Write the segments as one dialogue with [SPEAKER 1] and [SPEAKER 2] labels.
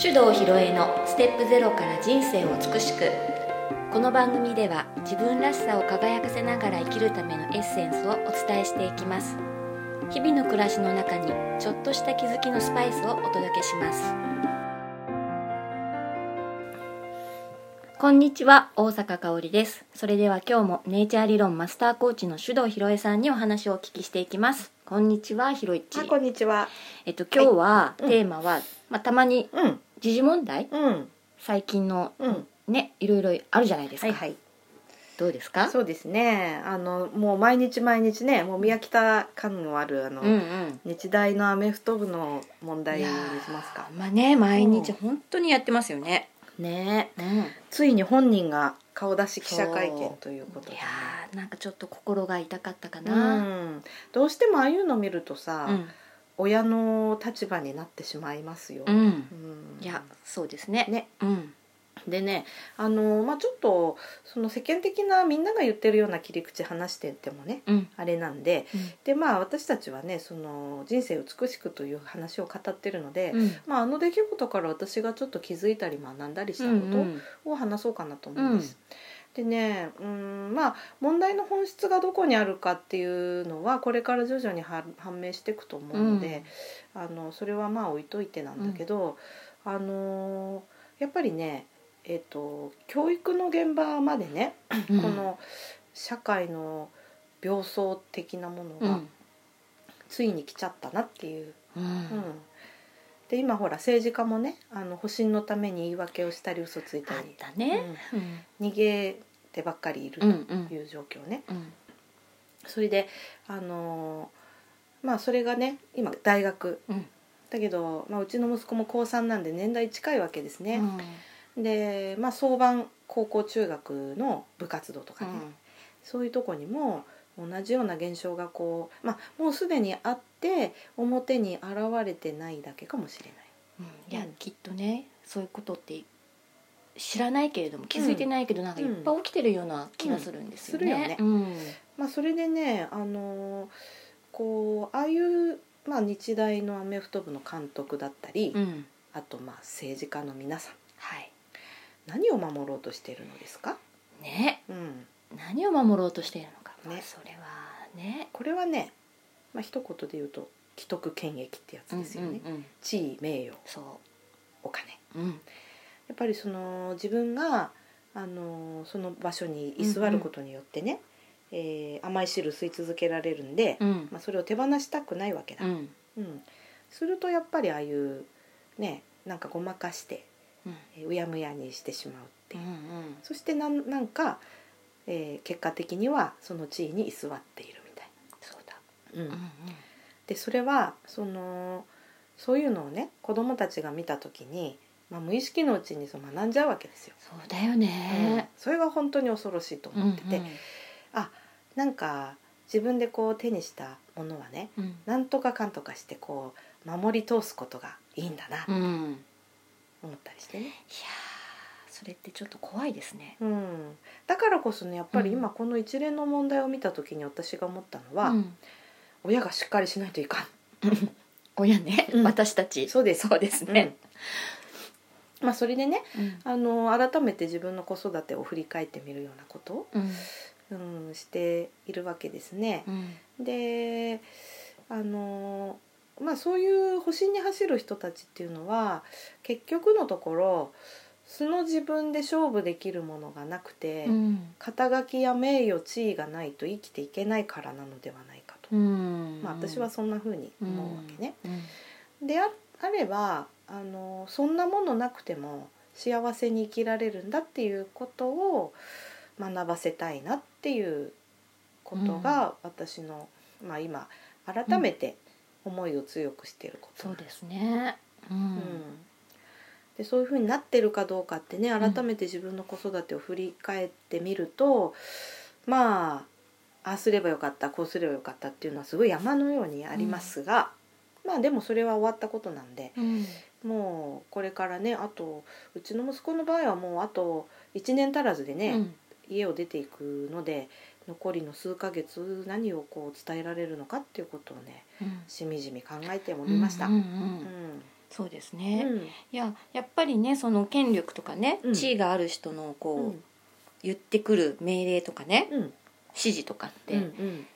[SPEAKER 1] 手動ひろえのステップゼロから人生を美しくこの番組では自分らしさを輝かせながら生きるためのエッセンスをお伝えしていきます日々の暮らしの中にちょっとした気づきのスパイスをお届けしますこんにちは大阪香織ですそれでは今日もネイチャー理論マスターコーチの手動ひろえさんにお話をお聞きしていきますこんにちはひろいっち
[SPEAKER 2] あこんにちは。
[SPEAKER 1] えっと今日は、
[SPEAKER 2] うん
[SPEAKER 1] テーマは、まあ、たまに
[SPEAKER 2] うん
[SPEAKER 1] 時事問題
[SPEAKER 2] うん
[SPEAKER 1] 最近の
[SPEAKER 2] うん。
[SPEAKER 1] ねいろいろあるじゃないですか、
[SPEAKER 2] い。
[SPEAKER 1] どうですか
[SPEAKER 2] そうですね。あのもう毎日毎日ね、もう宮北感のあるあの、
[SPEAKER 1] んうん
[SPEAKER 2] 日大のアメフト部の問題
[SPEAKER 1] い
[SPEAKER 2] に
[SPEAKER 1] や
[SPEAKER 2] し
[SPEAKER 1] ー
[SPEAKER 2] ますか。
[SPEAKER 1] まあね毎日本当にやってますよね、
[SPEAKER 2] ねえ。
[SPEAKER 1] うん、いや
[SPEAKER 2] ついに本人が顔出し記者会見ということでね。
[SPEAKER 1] ーなんかちょっと心が痛かったか
[SPEAKER 2] う
[SPEAKER 1] な、
[SPEAKER 2] ん、どうしてもああいうの見るとさ、
[SPEAKER 1] うん
[SPEAKER 2] 親の立場になってしまいますよ。
[SPEAKER 1] うん
[SPEAKER 2] うん
[SPEAKER 1] いやそうですね
[SPEAKER 2] ね
[SPEAKER 1] うん
[SPEAKER 2] でねあの、まあ、ちょっとその世間的なみんなが言ってるような切り口話しててもね
[SPEAKER 1] うん
[SPEAKER 2] あれなんで
[SPEAKER 1] うん
[SPEAKER 2] でまあ私たちはねその人生美しくという話を語ってるので、
[SPEAKER 1] うん
[SPEAKER 2] まあ、あの出来事から私がちょっと気づいたり学んだりした
[SPEAKER 1] うんう
[SPEAKER 2] こ
[SPEAKER 1] ん
[SPEAKER 2] とを話そうかなと思うんです。でねうんまあ問題の本質がどこにあるかっていうのはこれから徐々には判明していくと思うので、あのそれはまあ置いといてなんだけど、あのーやっぱりねえっ、と教育の現場までね、
[SPEAKER 1] うん
[SPEAKER 2] この社会の病巣的なもの
[SPEAKER 1] う
[SPEAKER 2] が
[SPEAKER 1] ん
[SPEAKER 2] ついに来ちゃったなっていう、
[SPEAKER 1] う
[SPEAKER 2] うん
[SPEAKER 1] ん
[SPEAKER 2] で今ほら政治家もねあの保身のために言い訳をしたり嘘つい
[SPEAKER 1] あ
[SPEAKER 2] た
[SPEAKER 1] っ
[SPEAKER 2] り、
[SPEAKER 1] たねうん
[SPEAKER 2] うん逃げてばっかりいる
[SPEAKER 1] うん
[SPEAKER 2] という状況ね、
[SPEAKER 1] うん
[SPEAKER 2] それであのーまあそれがね今大学
[SPEAKER 1] うん
[SPEAKER 2] だけど、まあ、うちの息子も高3なんで年代近いわけです
[SPEAKER 1] う
[SPEAKER 2] ね、
[SPEAKER 1] ん
[SPEAKER 2] でまあ早晩高校中学の部活動とかね、そういうとこにも同じような現象がこう、まあ、もうすでにあって表に現れてないだけかもしれない。
[SPEAKER 1] うんいやきっとねそういうことって知らないけれども気づいてないけどなんかいっぱい起きてるような気がするんですよね。
[SPEAKER 2] う
[SPEAKER 1] うん
[SPEAKER 2] まあ、それでね、あのーこうああいう、まあ、日大のアメフト部の監督だったり、
[SPEAKER 1] うん
[SPEAKER 2] あとまあ政治家の皆さん
[SPEAKER 1] はい
[SPEAKER 2] 何を守ろうとしているのですか、
[SPEAKER 1] ね
[SPEAKER 2] うん、
[SPEAKER 1] 何を守ろうとしているのか、まあ
[SPEAKER 2] ね
[SPEAKER 1] それはね
[SPEAKER 2] これはね、まあ一言で言うと既得権益ってやつですよね、
[SPEAKER 1] うんうんうん
[SPEAKER 2] 地位名誉
[SPEAKER 1] そ
[SPEAKER 2] お金
[SPEAKER 1] う、うん
[SPEAKER 2] やっぱりその自分があのその場所に居座ることによってね、えー甘い汁吸い続けられるんで、
[SPEAKER 1] うん
[SPEAKER 2] まあ、それを手放したくないわけだ、
[SPEAKER 1] う
[SPEAKER 2] うん
[SPEAKER 1] ん
[SPEAKER 2] するとやっぱりああいうねなんかごまかして
[SPEAKER 1] うん
[SPEAKER 2] えーうやむやにしてしまうって
[SPEAKER 1] う
[SPEAKER 2] いうんそしてなんなんか、えー結果的にはその地位に居座っているみたい
[SPEAKER 1] そうだ、
[SPEAKER 2] な、う
[SPEAKER 1] うんんうん、
[SPEAKER 2] でそれはそのそういうのをね子供たちが見た時に、まあ、無意識のうちにそう学んじゃうわけですよ。
[SPEAKER 1] そうだよ
[SPEAKER 2] うん
[SPEAKER 1] ね、
[SPEAKER 2] それが本当に恐ろしいと
[SPEAKER 1] うんう
[SPEAKER 2] 思っ
[SPEAKER 1] ん
[SPEAKER 2] てて、なんか自分でこう手にしたものはね
[SPEAKER 1] うん
[SPEAKER 2] なんとかかんとかしてこう守り通すことがいいんだなと
[SPEAKER 1] うんいやー
[SPEAKER 2] 思ったりしてね、
[SPEAKER 1] それってちょっと怖いですね。
[SPEAKER 2] うん、だからこそねやっぱり
[SPEAKER 1] うん
[SPEAKER 2] 今この一連の問題を見た時に私が思ったのは、
[SPEAKER 1] うん
[SPEAKER 2] 親がしっかりしないといかん。
[SPEAKER 1] 親ね、
[SPEAKER 2] うん
[SPEAKER 1] 私たち
[SPEAKER 2] そうで す
[SPEAKER 1] そうですね。
[SPEAKER 2] うんまあ、それでね
[SPEAKER 1] うん
[SPEAKER 2] あの改めて自分の子育てを振り返ってみるようなことを、
[SPEAKER 1] うん
[SPEAKER 2] うん、しているわけですね。
[SPEAKER 1] うん
[SPEAKER 2] であのまあそういう保身に走る人たちっていうのは結局のところ素の自分で勝負できるものがなくて、
[SPEAKER 1] うん
[SPEAKER 2] 肩書きや名誉地位がないと生きていけないからなのではないかと、
[SPEAKER 1] うん
[SPEAKER 2] まあ、私はそんな風に思うわけね。。
[SPEAKER 1] うん
[SPEAKER 2] でああればあのそんなものなくても幸せに生きられるんだっていうことを学ばせたいなっていうことが私の、まあ、今改めて思いを強くしていること、
[SPEAKER 1] そうですね。うん
[SPEAKER 2] うんでそういうふうになってるかどうかってね改めて自分の子育てを振り返ってみると、まあああすればよかったこうすればよかったっていうのはすごい山のようにありますが、まあでもそれは終わったことなんで。
[SPEAKER 1] うん
[SPEAKER 2] もうこれからねあとうちの息子の場合はもうあと1年足らずでね、
[SPEAKER 1] うん
[SPEAKER 2] 家を出ていくので残りの数ヶ月何をこう伝えられるのかっていうことをねしみじみ考えてもみました。
[SPEAKER 1] うん
[SPEAKER 2] う
[SPEAKER 1] うんんうんそうですね、いややっぱりねその権力とかね、
[SPEAKER 2] うん
[SPEAKER 1] 地位がある人のこ
[SPEAKER 2] う
[SPEAKER 1] う、
[SPEAKER 2] んうん
[SPEAKER 1] 言ってくる命令とかね
[SPEAKER 2] うん
[SPEAKER 1] 指示とかって、
[SPEAKER 2] うんうん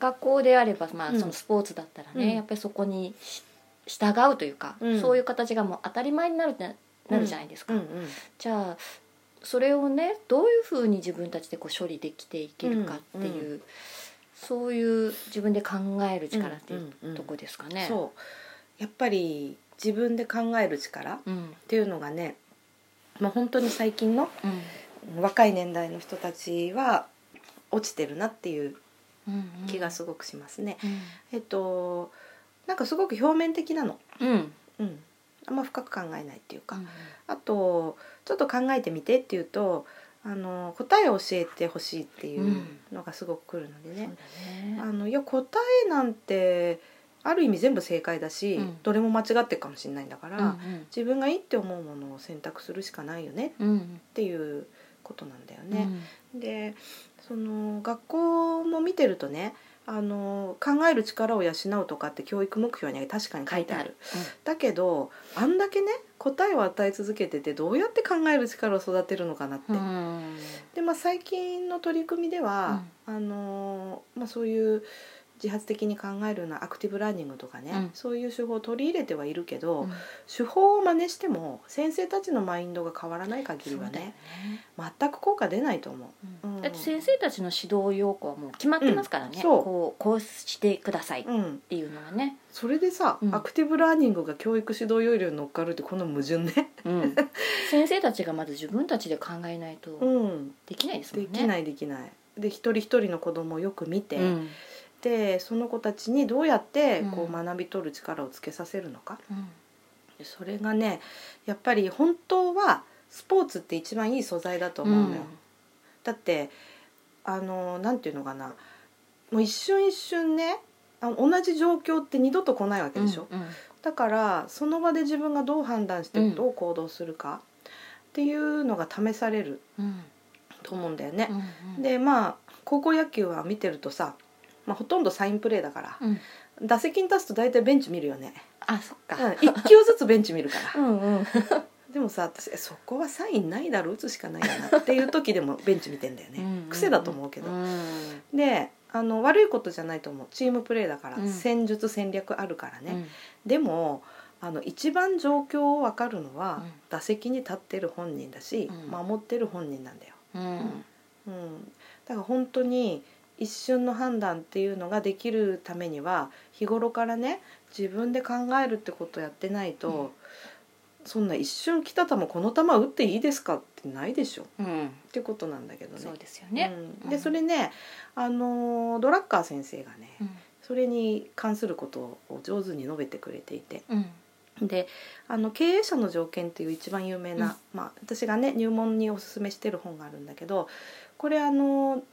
[SPEAKER 1] 学校であれば、ま
[SPEAKER 2] う
[SPEAKER 1] あ、
[SPEAKER 2] ん
[SPEAKER 1] そのスポーツだったらね、
[SPEAKER 2] うん
[SPEAKER 1] やっぱりそこにし従うというか、
[SPEAKER 2] うん
[SPEAKER 1] そういう形がもう当たり前になるってなるじゃないですか、
[SPEAKER 2] うんうん
[SPEAKER 1] じゃあそれをねどういうふうに自分たちでこう処理できていけるかっていう、そういう自分で考える力っていう
[SPEAKER 2] うんうんうん
[SPEAKER 1] とこですかね。
[SPEAKER 2] そうやっぱり自分で考える力っ
[SPEAKER 1] うん
[SPEAKER 2] ていうのがね、まあ、本当に最近の
[SPEAKER 1] うん
[SPEAKER 2] 若い年代の人たちは落ちてるなっていう
[SPEAKER 1] うんうん
[SPEAKER 2] 気がすごくしますね。
[SPEAKER 1] うん
[SPEAKER 2] えっとなんかすごく表面的なの、
[SPEAKER 1] うん
[SPEAKER 2] うん、あんま深く考えないっていうか、あとちょっと考えてみてっていうとあの答えを教えてほしいっていうのがすごくくるの
[SPEAKER 1] そ
[SPEAKER 2] で
[SPEAKER 1] うだ
[SPEAKER 2] ね、
[SPEAKER 1] ね
[SPEAKER 2] あのいや答えなんてある意味全部正解だし、
[SPEAKER 1] うん
[SPEAKER 2] どれも間違ってるかもしれないんだから、
[SPEAKER 1] うん
[SPEAKER 2] 自分がいいって思うものを選択するしかないよねっ
[SPEAKER 1] うんうん
[SPEAKER 2] ていうことなんだよ
[SPEAKER 1] う
[SPEAKER 2] ね。
[SPEAKER 1] ん
[SPEAKER 2] でその学校も見てるとねあの考える力を養うとかって教育目標に確かに書いてあるだけどあんだけね答えを与え続けててどうやって考える力を育てるのかなって、
[SPEAKER 1] うん
[SPEAKER 2] でまあ、最近の取り組みでは、あのまあ、そういう自発的に考えるようなアクティブラーニングとかね、
[SPEAKER 1] うん
[SPEAKER 2] そういう手法を取り入れてはいるけど、
[SPEAKER 1] うん
[SPEAKER 2] 手法を真似しても先生たちのマインドが変わらない限りは
[SPEAKER 1] そうだよ
[SPEAKER 2] ね全く効果出ないと思う。うん
[SPEAKER 1] だって先生たちの指導要項はもう決まってますからね、
[SPEAKER 2] うんそう
[SPEAKER 1] こうこうしてくださいっ
[SPEAKER 2] うん、
[SPEAKER 1] ていうのはね、
[SPEAKER 2] それでさ、
[SPEAKER 1] うん
[SPEAKER 2] アクティブラーニングが教育指導要領に乗っかるってこの矛盾ね、
[SPEAKER 1] うん、先生たちがまず自分たちで考えないと
[SPEAKER 2] うん、
[SPEAKER 1] できないですも
[SPEAKER 2] で
[SPEAKER 1] んね。
[SPEAKER 2] きないできないで一人一人の子供をよく見て、
[SPEAKER 1] うん
[SPEAKER 2] でその子たちにどうやってこ
[SPEAKER 1] う
[SPEAKER 2] うん学び取る力をつけさせるのか、
[SPEAKER 1] うん
[SPEAKER 2] それがねやっぱり本当はスポーツって一番いい素材だと思うのよ、だってあのなんていうのかなもう一瞬一瞬ねあの同じ状況って二度と来ないわけでしょ、
[SPEAKER 1] うんうん
[SPEAKER 2] だからその場で自分がどう判断して
[SPEAKER 1] うん
[SPEAKER 2] どう行動するかっていうのが試される
[SPEAKER 1] うん
[SPEAKER 2] と思うんだよね
[SPEAKER 1] う、んうん
[SPEAKER 2] でまあ高校野球は見てるとさ、まあ、ほとんどサインプレーだから、
[SPEAKER 1] うん
[SPEAKER 2] 打席に立つと大体ベンチ見るよね、
[SPEAKER 1] あそっ
[SPEAKER 2] うん、
[SPEAKER 1] か、
[SPEAKER 2] 1球ずつベンチ見るから
[SPEAKER 1] んうん、
[SPEAKER 2] でもさ私えそこはサインないだろ打つしかないよなっていう時でもベンチ見てんだよね癖だと思うけど、
[SPEAKER 1] うん
[SPEAKER 2] であの悪いことじゃないと思うチームプレーだから、
[SPEAKER 1] うん
[SPEAKER 2] 戦術戦略あるからね、でもあの一番状況を分かるのは、
[SPEAKER 1] うん
[SPEAKER 2] 打席に立ってる本人だし、
[SPEAKER 1] うん
[SPEAKER 2] 守ってる本人なんだよ、
[SPEAKER 1] うんうん
[SPEAKER 2] うん、だから本当に一瞬の判断っていうのができるためには日頃からね自分で考えるってことやってないと、
[SPEAKER 1] うん
[SPEAKER 2] そんな一瞬来た球この球打っていいですかってないでしょっ
[SPEAKER 1] うん、
[SPEAKER 2] てことなんだけどね。
[SPEAKER 1] そうですよね。
[SPEAKER 2] うんでそれね、あのードラッカー先生がね、
[SPEAKER 1] うん
[SPEAKER 2] それに関することを上手に述べてくれていて
[SPEAKER 1] うん
[SPEAKER 2] であの経営者の条件っていう一番有名な、まあ、私がね入門におすすめしてる本があるんだけどこれあの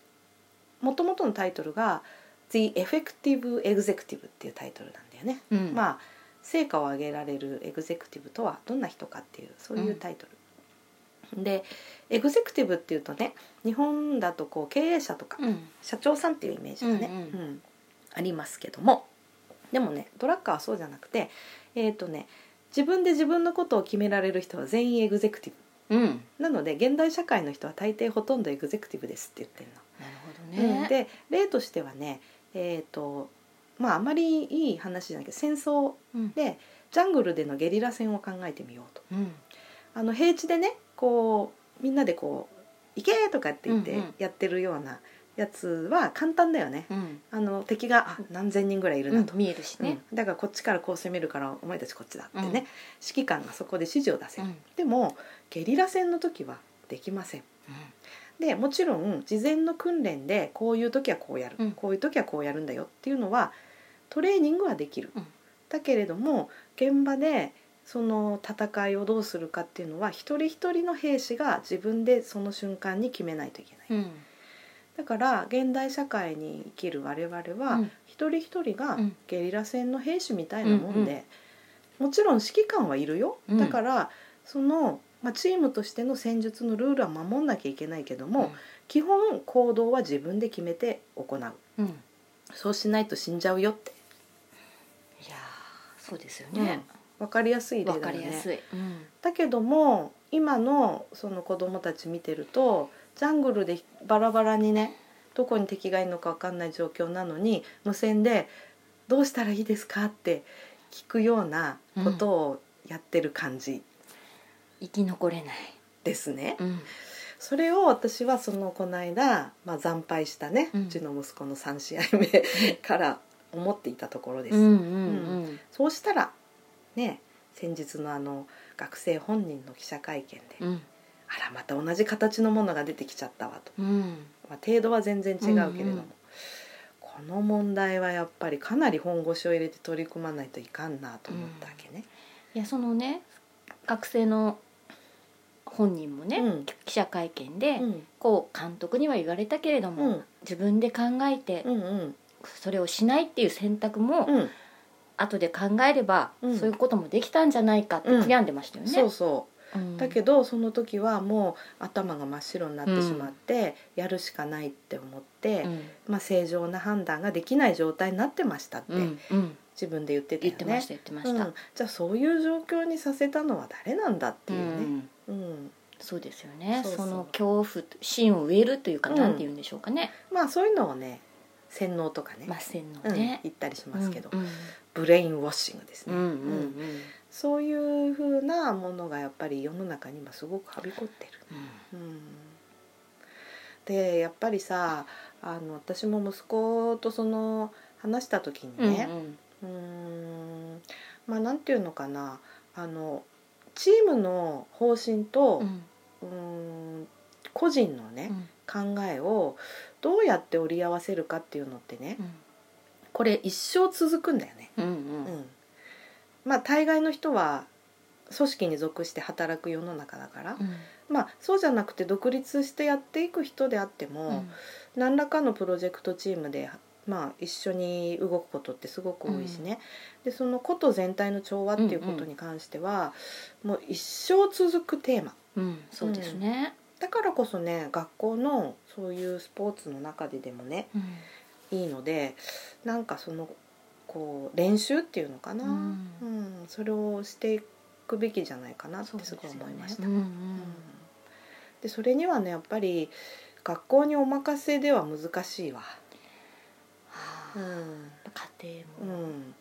[SPEAKER 2] もともとのタイトルが「The Effective Executive」っていうタイトルなんだよね。
[SPEAKER 1] うん
[SPEAKER 2] まあ成果を上げられるエグゼクティブとはどんな人かっていうそういうタイトル、でエグゼクティブっていうとね日本だとこう経営者とか
[SPEAKER 1] うん
[SPEAKER 2] 社長さんっていうイメージがね、
[SPEAKER 1] うんうん
[SPEAKER 2] うんありますけどもでもねドラッカーはそうじゃなくてえっ、とね自分で自分のことを決められる人は全員エグゼクティ
[SPEAKER 1] うん、
[SPEAKER 2] ブなので現代社会の人は大抵ほとんどエグゼクティブですって言ってるの。
[SPEAKER 1] なるほど
[SPEAKER 2] うん
[SPEAKER 1] ね。
[SPEAKER 2] で例としてはねえっ、とまああまりいい話じゃないけど戦争
[SPEAKER 1] うん
[SPEAKER 2] でジャングルでのゲリラ戦を考えてみようと
[SPEAKER 1] うん
[SPEAKER 2] あの平地でねこうみんなでこう「行け!」とかって言っ
[SPEAKER 1] う
[SPEAKER 2] て
[SPEAKER 1] んうん
[SPEAKER 2] やってるようなやつは簡単だよね、
[SPEAKER 1] うん
[SPEAKER 2] あの敵があ何千人ぐらいいるなと、
[SPEAKER 1] 見えるし
[SPEAKER 2] うん
[SPEAKER 1] ね。
[SPEAKER 2] だからこっちからこう攻めるからお前たちこっちだってね、
[SPEAKER 1] うん
[SPEAKER 2] 指揮官がそこで指示を出せる、
[SPEAKER 1] うん
[SPEAKER 2] でもゲリラ戦の時はできませんでもちろん事前の訓練でこういう時はこうやる、
[SPEAKER 1] うん
[SPEAKER 2] こういう時はこうやるんだよっていうのはトレーニングはできる、
[SPEAKER 1] うん
[SPEAKER 2] だけれども現場でその戦いをどうするかっていうのは一人一人の兵士が自分でその瞬間に決めないといけない、
[SPEAKER 1] うん
[SPEAKER 2] だから現代社会に生きる我々は、
[SPEAKER 1] うん
[SPEAKER 2] 一人一人が
[SPEAKER 1] うん
[SPEAKER 2] ゲリラ戦の兵士みたいなもんで、
[SPEAKER 1] うん
[SPEAKER 2] もちろん指揮官はいるよ、
[SPEAKER 1] うん
[SPEAKER 2] だからその、まあ、チームとしての戦術のルールは守んなきゃいけないけども、基本行動は自分で決めて行う
[SPEAKER 1] うん、い
[SPEAKER 2] そうしないと死んじゃうよって、
[SPEAKER 1] やーそうですよね。
[SPEAKER 2] 分かりやすい例だ
[SPEAKER 1] わ
[SPEAKER 2] よね
[SPEAKER 1] かりやすい、うん
[SPEAKER 2] だけども今のその子供たち見てるとジャングルでバラバラにねどこに敵がいるのか分かんない状況なのに無線で「どうしたらいいですか?」って聞くようなことをやってる感じ
[SPEAKER 1] 生き残れない、
[SPEAKER 2] ですね。
[SPEAKER 1] うん
[SPEAKER 2] それを私はそのこの間、まあ、惨敗したね、
[SPEAKER 1] う
[SPEAKER 2] うんちの息子の3試合目から思っていたところです。
[SPEAKER 1] うんうんうん
[SPEAKER 2] そうしたらね先日のあの学生本人の記者会見で、
[SPEAKER 1] うん
[SPEAKER 2] あらまた同じ形のものが出てきちゃったわと、
[SPEAKER 1] うん
[SPEAKER 2] まあ、程度は全然違うけれども、
[SPEAKER 1] うんうん
[SPEAKER 2] この問題はやっぱりかなり本腰を入れて取り組まないといかんなと思ったわけね。
[SPEAKER 1] いやそのね学生の本人もね、
[SPEAKER 2] うん
[SPEAKER 1] 記者会見で、
[SPEAKER 2] うん
[SPEAKER 1] こう監督には言われたけれども、
[SPEAKER 2] うん
[SPEAKER 1] 自分で考えて、
[SPEAKER 2] うんうん
[SPEAKER 1] それをしないっていう選択も、
[SPEAKER 2] うん
[SPEAKER 1] 後で考えれば、
[SPEAKER 2] うん
[SPEAKER 1] そういうこともできたんじゃないかって
[SPEAKER 2] うん
[SPEAKER 1] 悔やんでましたよね。
[SPEAKER 2] そうそう
[SPEAKER 1] うん
[SPEAKER 2] だけどその時はもう頭が真っ白になってしまって、やるしかないって思って、
[SPEAKER 1] うん
[SPEAKER 2] まあ、正常な判断ができない状態になってましたって、
[SPEAKER 1] うんうん
[SPEAKER 2] 自分で言ってた
[SPEAKER 1] 言
[SPEAKER 2] よ
[SPEAKER 1] ってま
[SPEAKER 2] ね
[SPEAKER 1] し。た言ってました。
[SPEAKER 2] うんじゃあそういう状況にさせたのは誰なんだっていううね。
[SPEAKER 1] ん
[SPEAKER 2] うん
[SPEAKER 1] そうですよね
[SPEAKER 2] そ
[SPEAKER 1] そう
[SPEAKER 2] そう
[SPEAKER 1] の恐怖心を植えるというか、
[SPEAKER 2] うん
[SPEAKER 1] なんて言うんでしょうかね
[SPEAKER 2] まあそういうのをね洗脳とかね、
[SPEAKER 1] ませんの
[SPEAKER 2] うん
[SPEAKER 1] ね、
[SPEAKER 2] 言ったりしますけど、
[SPEAKER 1] うん
[SPEAKER 2] ブレインウォッシングです
[SPEAKER 1] う
[SPEAKER 2] ね、
[SPEAKER 1] んうんうん
[SPEAKER 2] うんそういうふうなものがやっぱり世の中に今すごくはびこってる。うんでやっぱりさあの私も息子とその話した時に
[SPEAKER 1] うん
[SPEAKER 2] ねうーんまあなんていうのかなあのチームの方針と
[SPEAKER 1] う、ん
[SPEAKER 2] うーん個人のね、考えをどうやって折り合わせるかっていうのってねこれ一生続くんだよね。
[SPEAKER 1] うんうん
[SPEAKER 2] う
[SPEAKER 1] うん
[SPEAKER 2] ん、まあ大概の人は組織に属して働く世の中だから、まあそうじゃなくて独立してやっていく人であっても、
[SPEAKER 1] うん
[SPEAKER 2] 何らかのプロジェクトチームで、まあ、一緒に動くことってすごく多いしね、でそのこと全体の調和っていうことに関しては、もう一生続くテーマ
[SPEAKER 1] うんそうですね。
[SPEAKER 2] だからこそね学校のそういうスポーツの中ででもね
[SPEAKER 1] うん
[SPEAKER 2] いいのでなんかそのこう練習っていうのかな、
[SPEAKER 1] う
[SPEAKER 2] うん
[SPEAKER 1] ん
[SPEAKER 2] それをしていくべきじゃないかなっ
[SPEAKER 1] そうで
[SPEAKER 2] て
[SPEAKER 1] す
[SPEAKER 2] す
[SPEAKER 1] よ
[SPEAKER 2] ごい
[SPEAKER 1] ね
[SPEAKER 2] 思いました。
[SPEAKER 1] うん
[SPEAKER 2] うんでそれにはねやっぱり学校にお任せでは難しいわ。う
[SPEAKER 1] うん
[SPEAKER 2] ん
[SPEAKER 1] 家
[SPEAKER 2] う
[SPEAKER 1] 庭も
[SPEAKER 2] ん、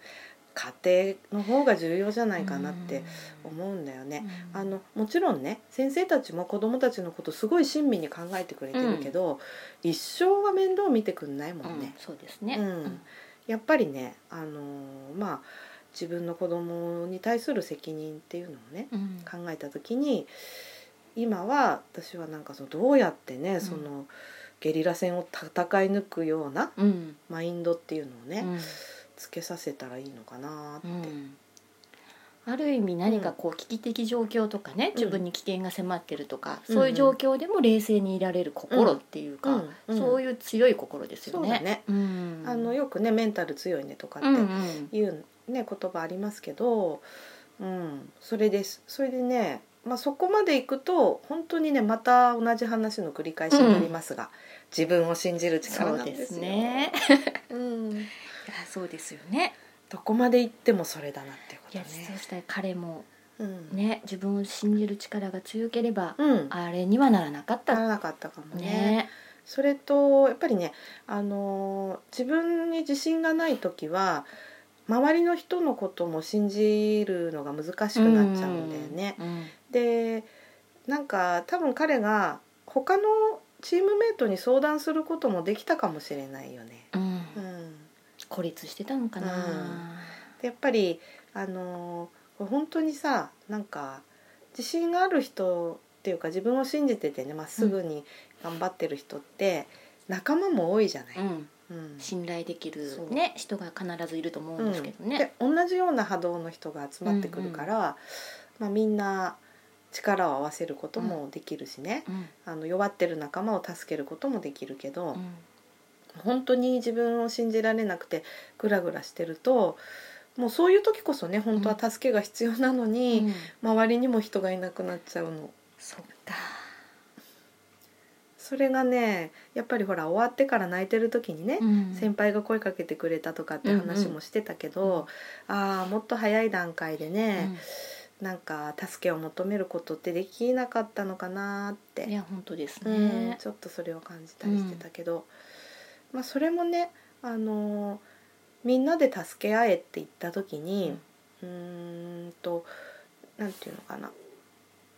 [SPEAKER 2] 家庭の方が重要じゃないかなって思うんだよ
[SPEAKER 1] う
[SPEAKER 2] ね。
[SPEAKER 1] ん
[SPEAKER 2] あのもちろんね先生たちも子どもたちのことすごい親身に考えてくれてるけど、一生は面倒見てくんないも
[SPEAKER 1] うん
[SPEAKER 2] ね、
[SPEAKER 1] そうですね。
[SPEAKER 2] うんやっぱりね、あのーまあ、自分の子どもに対する責任っていうのをね
[SPEAKER 1] うん
[SPEAKER 2] 考えた時に今は私はなんかそのどうやってね、
[SPEAKER 1] ん
[SPEAKER 2] そのゲリラ戦を戦い抜くような
[SPEAKER 1] うん
[SPEAKER 2] マインドっていうのをね、
[SPEAKER 1] うん
[SPEAKER 2] つけさせたらいいのかなって、
[SPEAKER 1] うんある意味何かこう危機的状況とかね、
[SPEAKER 2] ん
[SPEAKER 1] 自分に危険が迫ってるとか、
[SPEAKER 2] うん
[SPEAKER 1] そういう状況でも冷静にいられる心っていうか、そう
[SPEAKER 2] い
[SPEAKER 1] いう強い心ですよね。
[SPEAKER 2] そうだね
[SPEAKER 1] うん
[SPEAKER 2] あのよくねメンタル強いねとか
[SPEAKER 1] うんう
[SPEAKER 2] っ
[SPEAKER 1] ん
[SPEAKER 2] ていう、ね言葉ありますけど、うん、それですそれでね、まあ、そこまでいくと本当にねまた同じ話の繰り返しになりますが、自分を信じる力
[SPEAKER 1] そう
[SPEAKER 2] なんで
[SPEAKER 1] です
[SPEAKER 2] よ
[SPEAKER 1] すね。
[SPEAKER 2] うん、
[SPEAKER 1] いやそうですよね。
[SPEAKER 2] どこまで行ってもそれだなっていうこ
[SPEAKER 1] い
[SPEAKER 2] と
[SPEAKER 1] や
[SPEAKER 2] ね。
[SPEAKER 1] そうしたら彼も
[SPEAKER 2] うん、
[SPEAKER 1] ね自分を信じる力が強ければ、
[SPEAKER 2] うん
[SPEAKER 1] あれにはならなかっ
[SPEAKER 2] な
[SPEAKER 1] た
[SPEAKER 2] らなかったかもね
[SPEAKER 1] ね。
[SPEAKER 2] それとやっぱりね、あのー自分に自信がない時は周りの人のことも信じるのが難しくなっちゃうんだよね。
[SPEAKER 1] うん
[SPEAKER 2] でなんか多分彼が他のチームメートに相談することもできたかもしれないよね。
[SPEAKER 1] うん
[SPEAKER 2] うん、
[SPEAKER 1] 孤立してたのかな。
[SPEAKER 2] でやっぱり、あのーこれ本当にさなんか自信がある人っていうか自分を信じててねまっすぐに頑張ってる人って仲間も多いじゃない。
[SPEAKER 1] うん
[SPEAKER 2] うん
[SPEAKER 1] 信頼できる
[SPEAKER 2] そう
[SPEAKER 1] ね人が必ずいると思うんですけどね。
[SPEAKER 2] うん、で同じような波動の人が集まってくるから、まあ、みんな力を合わせることもできるしね、
[SPEAKER 1] うん
[SPEAKER 2] あの弱ってる仲間を助けることもできるけど、
[SPEAKER 1] うん
[SPEAKER 2] 本当に自分を信じられなくてグラグラしてるともうそういう時こそね本当は助けが必要なのに、
[SPEAKER 1] うん
[SPEAKER 2] 周りにも人がいなくなっちゃうの
[SPEAKER 1] そっか。
[SPEAKER 2] それがねやっぱりほら終わってから泣いてる時にね、
[SPEAKER 1] うん
[SPEAKER 2] 先輩が声かけてくれたとかって話もしてたけど、ああもっと早い段階でね、なんか助けを求めることってできなかったのかなーっ
[SPEAKER 1] うん
[SPEAKER 2] て
[SPEAKER 1] いや本当です
[SPEAKER 2] うん
[SPEAKER 1] ね、
[SPEAKER 2] ちょっとそれを感じたりしてたけど、まあ、それもね、あのーみんなで助け合えって言った時にうーんとなんていうのかな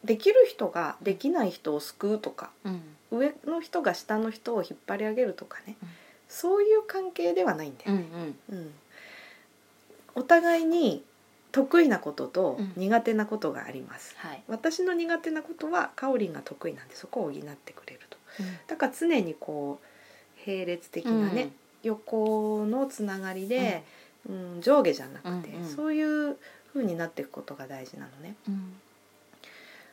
[SPEAKER 2] できる人ができない人を救うとか
[SPEAKER 1] うん
[SPEAKER 2] 上の人が下の人を引っ張り上げるとかね、
[SPEAKER 1] うん
[SPEAKER 2] そういう関係ではないんだ
[SPEAKER 1] う
[SPEAKER 2] よ
[SPEAKER 1] ん
[SPEAKER 2] ね。うんお互いに得意なことと
[SPEAKER 1] うん
[SPEAKER 2] 苦手なことがあります。
[SPEAKER 1] はい、
[SPEAKER 2] 私の苦手なことはかおりんが得意なんでそこを補ってくれるとだから常にこう並列的なね、横のつながりで、うん上下じゃなくて、
[SPEAKER 1] うんうん
[SPEAKER 2] そういう風になっていくことが大事なのね
[SPEAKER 1] うん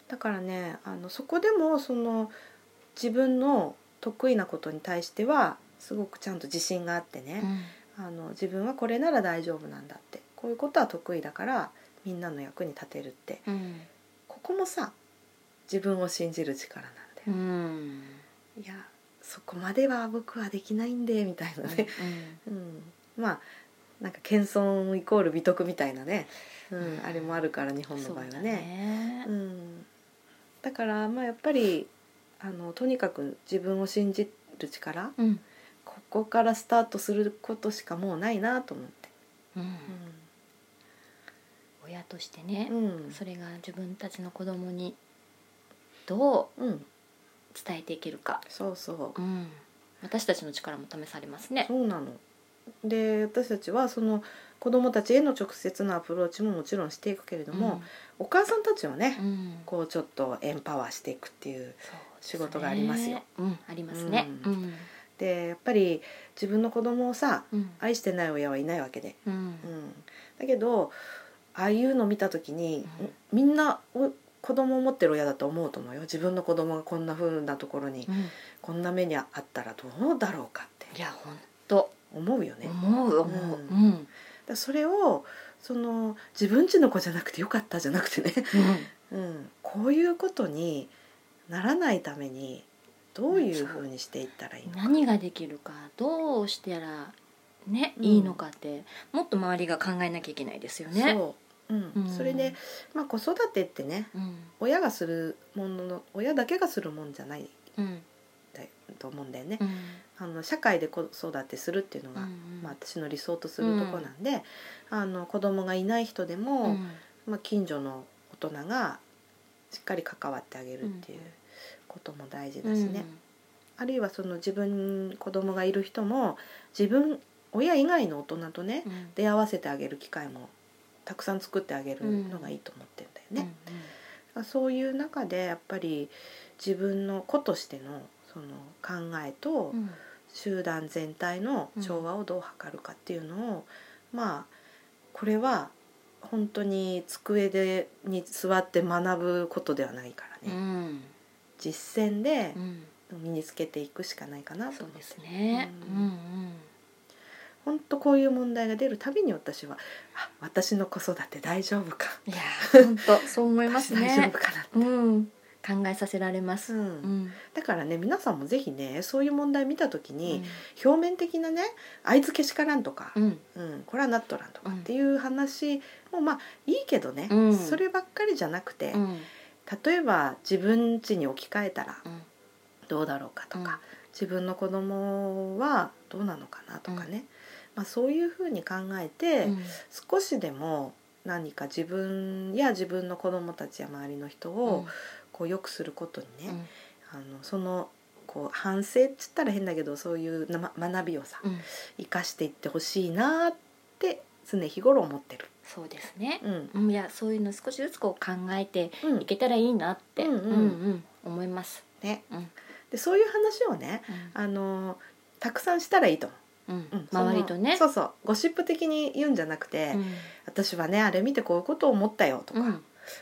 [SPEAKER 2] だからねあのそこでもその自分の得意なことに対してはすごくちゃんと自信があって
[SPEAKER 1] う
[SPEAKER 2] ね、
[SPEAKER 1] ん
[SPEAKER 2] あの自分はこれなら大丈夫なんだってこういうことは得意だからみんなの役に立てるって
[SPEAKER 1] うん
[SPEAKER 2] ここもさ自分を信じる力なんだよ
[SPEAKER 1] う、ん
[SPEAKER 2] いやそこまでは僕はできないんでみたいなねうん、まあなんか謙遜イコール美徳みたいなね、うん
[SPEAKER 1] うん
[SPEAKER 2] あれもあるから日本の
[SPEAKER 1] そう
[SPEAKER 2] 場合は
[SPEAKER 1] だ
[SPEAKER 2] ね。
[SPEAKER 1] ね
[SPEAKER 2] う、ん、だからまあやっぱりあのとにかく自分を信じる力
[SPEAKER 1] うん
[SPEAKER 2] ここからスタートすることしかもうないなと思って。
[SPEAKER 1] うん、親としてね
[SPEAKER 2] う、ん、
[SPEAKER 1] それが自分たちの子供にど
[SPEAKER 2] うんうん、
[SPEAKER 1] う伝えていけるか、
[SPEAKER 2] そうそう
[SPEAKER 1] う。ん、私たちの力も試されますね。
[SPEAKER 2] そうなので私たちはその子どもたちへの直接のアプローチももちろんしていくけれども、お母さんたちはね、
[SPEAKER 1] うん、うん
[SPEAKER 2] こうちょっとエンパワーしていくっていう
[SPEAKER 1] そうです
[SPEAKER 2] 仕事がありますよ。
[SPEAKER 1] うん、ありますね。
[SPEAKER 2] う
[SPEAKER 1] うん、
[SPEAKER 2] でやっぱり自分の子供をさ
[SPEAKER 1] うん、
[SPEAKER 2] 愛してない親はいないわけで、
[SPEAKER 1] うん
[SPEAKER 2] う、ん、だけどああいうの見た時に、
[SPEAKER 1] うん
[SPEAKER 2] みんなお子供を持ってる親だと思うと思うよ自分の子供がこんな風なところに、
[SPEAKER 1] うん、
[SPEAKER 2] こんな目にあったらどうだろうかっ
[SPEAKER 1] い
[SPEAKER 2] て
[SPEAKER 1] や、本当、
[SPEAKER 2] 思うよね。だか
[SPEAKER 1] 思う、思う、
[SPEAKER 2] う
[SPEAKER 1] うんん、
[SPEAKER 2] らそれをその自分ちの子じゃなくてよかったじゃなくてね、
[SPEAKER 1] う
[SPEAKER 2] うん、こういうことにならないためにどういう風にしていったらいい
[SPEAKER 1] ん、
[SPEAKER 2] のか。
[SPEAKER 1] 何ができるか、どうしたら。ね、
[SPEAKER 2] うん
[SPEAKER 1] いいのかって、もっと周りが考えなきゃいけないですよね。
[SPEAKER 2] そう、うん
[SPEAKER 1] うん
[SPEAKER 2] それで、まあ、子育てってね
[SPEAKER 1] うん、
[SPEAKER 2] 親がするものの親だけがするもんじゃない
[SPEAKER 1] うん、
[SPEAKER 2] だと思うんだよね
[SPEAKER 1] う。ん、
[SPEAKER 2] あの社会で子育てするっていうのが、
[SPEAKER 1] うん
[SPEAKER 2] まあ、私の理想とするとこなんで、あの子供がいない人で
[SPEAKER 1] う
[SPEAKER 2] も、
[SPEAKER 1] ん、
[SPEAKER 2] まあ、近所の大人がしっかり関わってあげるっていうことも大事だしね、あるいはその自分子供がいる人も自分親以外の大人とね
[SPEAKER 1] うん、うん、
[SPEAKER 2] 出会わせてあげる機会もたくさん作ってあげるのがいいと思ってんだよね。
[SPEAKER 1] うん、
[SPEAKER 2] そういう中でやっぱり自分の子としてのその考えと
[SPEAKER 1] うん、
[SPEAKER 2] 集団全体の調和をどう図るかっていうのを、まあこれは本当に机でに座って学ぶことではないから
[SPEAKER 1] う
[SPEAKER 2] ね、
[SPEAKER 1] ん、
[SPEAKER 2] 実践で
[SPEAKER 1] うん、
[SPEAKER 2] 身につけていくしかないかなと
[SPEAKER 1] そう
[SPEAKER 2] 思って
[SPEAKER 1] ですね。
[SPEAKER 2] う
[SPEAKER 1] うんん、
[SPEAKER 2] 本当こういう問題が出るたびに私はあ私の子育て大丈夫か
[SPEAKER 1] うん、いや、本当、そう思います
[SPEAKER 2] 私 大
[SPEAKER 1] ね
[SPEAKER 2] 丈夫。かなって、
[SPEAKER 1] うん、考えさせられます。
[SPEAKER 2] う
[SPEAKER 1] うんん、
[SPEAKER 2] だからね皆さんもぜひねそういう問題見た時
[SPEAKER 1] う
[SPEAKER 2] に、
[SPEAKER 1] ん、
[SPEAKER 2] 表面的なねあいつけしからんとか、
[SPEAKER 1] うん、
[SPEAKER 2] うん、これはなっとらんとか
[SPEAKER 1] うん
[SPEAKER 2] っていう話もまあいいけどね、
[SPEAKER 1] うん
[SPEAKER 2] そればっかりじゃなくて、
[SPEAKER 1] うん、
[SPEAKER 2] 例えば自分家に置き換えたら
[SPEAKER 1] うん、
[SPEAKER 2] どうだろうかとか、自分の子供はどうなのかなとかね、まあ、そういうふうに考えて、
[SPEAKER 1] うん、
[SPEAKER 2] 少しでも何か自分や自分の子供たちや周りの人をこう良くすることにね、あのそのこう反省っつったら変だけどそういうなま学びをさ、
[SPEAKER 1] うん、うん、
[SPEAKER 2] 生かしていってほしいなって常日頃思ってる。
[SPEAKER 1] そうですね。
[SPEAKER 2] うん
[SPEAKER 1] うん、いや、そういうの少しずつこう考えて
[SPEAKER 2] うん
[SPEAKER 1] いけたらいいなって、
[SPEAKER 2] うんうん
[SPEAKER 1] うん、思います。
[SPEAKER 2] ね
[SPEAKER 1] うん、
[SPEAKER 2] でそういう話をねあのたくさんしたらいいと
[SPEAKER 1] う
[SPEAKER 2] 思
[SPEAKER 1] ん、
[SPEAKER 2] う、
[SPEAKER 1] う
[SPEAKER 2] うんん、その
[SPEAKER 1] 周りとね。
[SPEAKER 2] そうそうゴシップ的に言うんじゃなくて、
[SPEAKER 1] うん、
[SPEAKER 2] 私はねあれ見てこういうことを思ったよとか、
[SPEAKER 1] うん、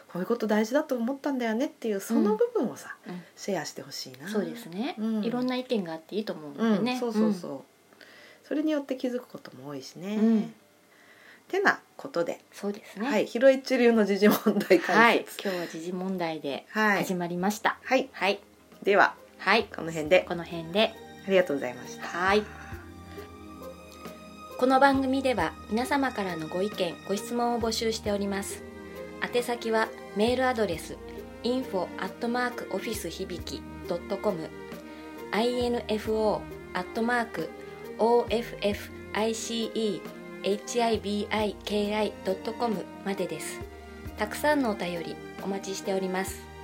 [SPEAKER 2] こういうこと大事だと思ったんだよねっていうその部分をさ、
[SPEAKER 1] うん
[SPEAKER 2] シェアしてほしいな
[SPEAKER 1] そうですね
[SPEAKER 2] うん。
[SPEAKER 1] いろんな意見があっていいと思う
[SPEAKER 2] う
[SPEAKER 1] の
[SPEAKER 2] ん
[SPEAKER 1] でね。
[SPEAKER 2] そうそうそう、それによって気づくことも多いしね、
[SPEAKER 1] うん
[SPEAKER 2] てなことで、
[SPEAKER 1] そうですね。
[SPEAKER 2] はい、ひろいち流の時事問題
[SPEAKER 1] はい、
[SPEAKER 2] 解
[SPEAKER 1] 今日は時事問題で
[SPEAKER 2] 説はい、
[SPEAKER 1] 始まりました。
[SPEAKER 2] はい、
[SPEAKER 1] はい、
[SPEAKER 2] では
[SPEAKER 1] はい
[SPEAKER 2] この辺で
[SPEAKER 1] この辺で
[SPEAKER 2] ありがとうございました。
[SPEAKER 1] はいこの番組では皆様からのご意見ご質問を募集しております宛先はメールアドレス info office 響き .com info officehibiki.com までですたくさんのお便りお待ちしております